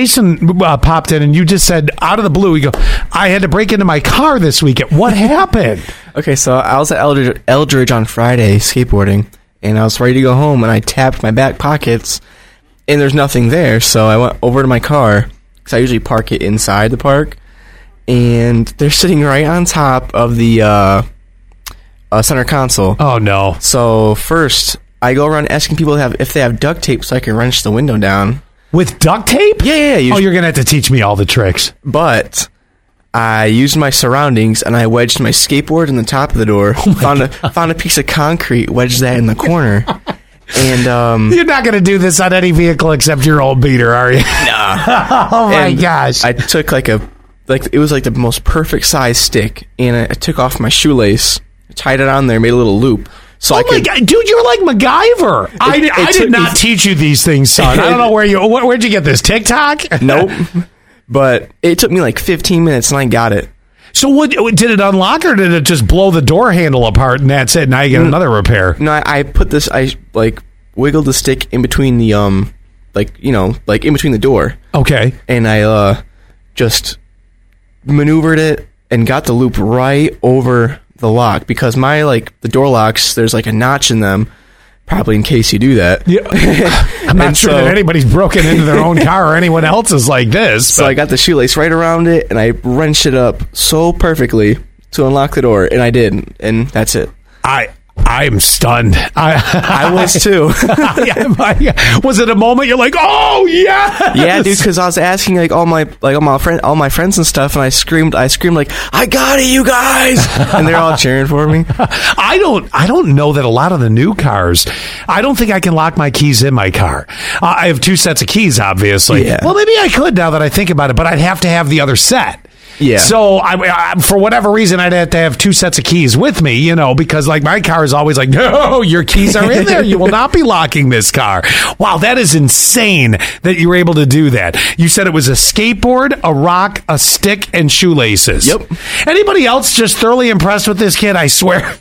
Jason uh, popped in and you just said out of the blue, you go, I had to break into my car this weekend. What happened? Okay, so I was at Eldridge, Eldridge on Friday skateboarding, and I was ready to go home, and I tapped my back pockets, and there's nothing there. So I went over to my car because I usually park it inside the park, and they're sitting right on top of the uh, uh, center console. Oh, no. So first, I go around asking people have, if they have duct tape so I can wrench the window down. With duct tape? Yeah, yeah, yeah. Oh, you're going to have to teach me all the tricks. but I used my surroundings and I wedged my skateboard in the top of the door. Oh found a found a piece of concrete, wedged that in the corner, and um, You're not going to do this on any vehicle except your old beater, are you? oh, my and gosh. I took like a like it was like the most perfect size stick, and I, I took off my shoelace, tied it on there, made a little loop, so I Oh my could. god, dude! You're like MacGyver. I, It- I it did took not me- teach you these things, son. I don't know where you where, where'd you get this TikTok. Nope. But it took me like 15 minutes, and I got it. So what did it unlock or did it just blow the door handle apart and that's it? Now you get another repair. No, I, I put this. I like wiggled the stick in between the um, like you know, like in between the door. Okay. and I uh, just maneuvered it and got the loop right over the lock because my like the door locks there's like a notch in them probably in case you do that Yeah. I'm not And sure so- that anybody's broken into their own car or anyone else's like this. so i got the shoelace right around it and i wrenched it up so perfectly to unlock the door and i did and that's it I I'm stunned. I i was too was it a moment you're like, oh yeah, yeah dude because i was asking like all my like all my friend all my friends and stuff and i screamed i screamed like i got it you guys and they're all cheering for me I don't. I don't know that a lot of the new cars. I don't think I can lock my keys in my car. Uh, I have two sets of keys, obviously. Yeah. Well, maybe I could now that I think about it, but I'd have to have the other set. Yeah. So I, I, for whatever reason, I'd have to have two sets of keys with me, you know, because like my car is always like, no, your keys are in there. You will not be locking this car. Wow, that is insane that you were able to do that. You said it was a skateboard, a rock, a stick, and shoelaces. Yep. Anybody else just thoroughly impressed with this kid? I swear.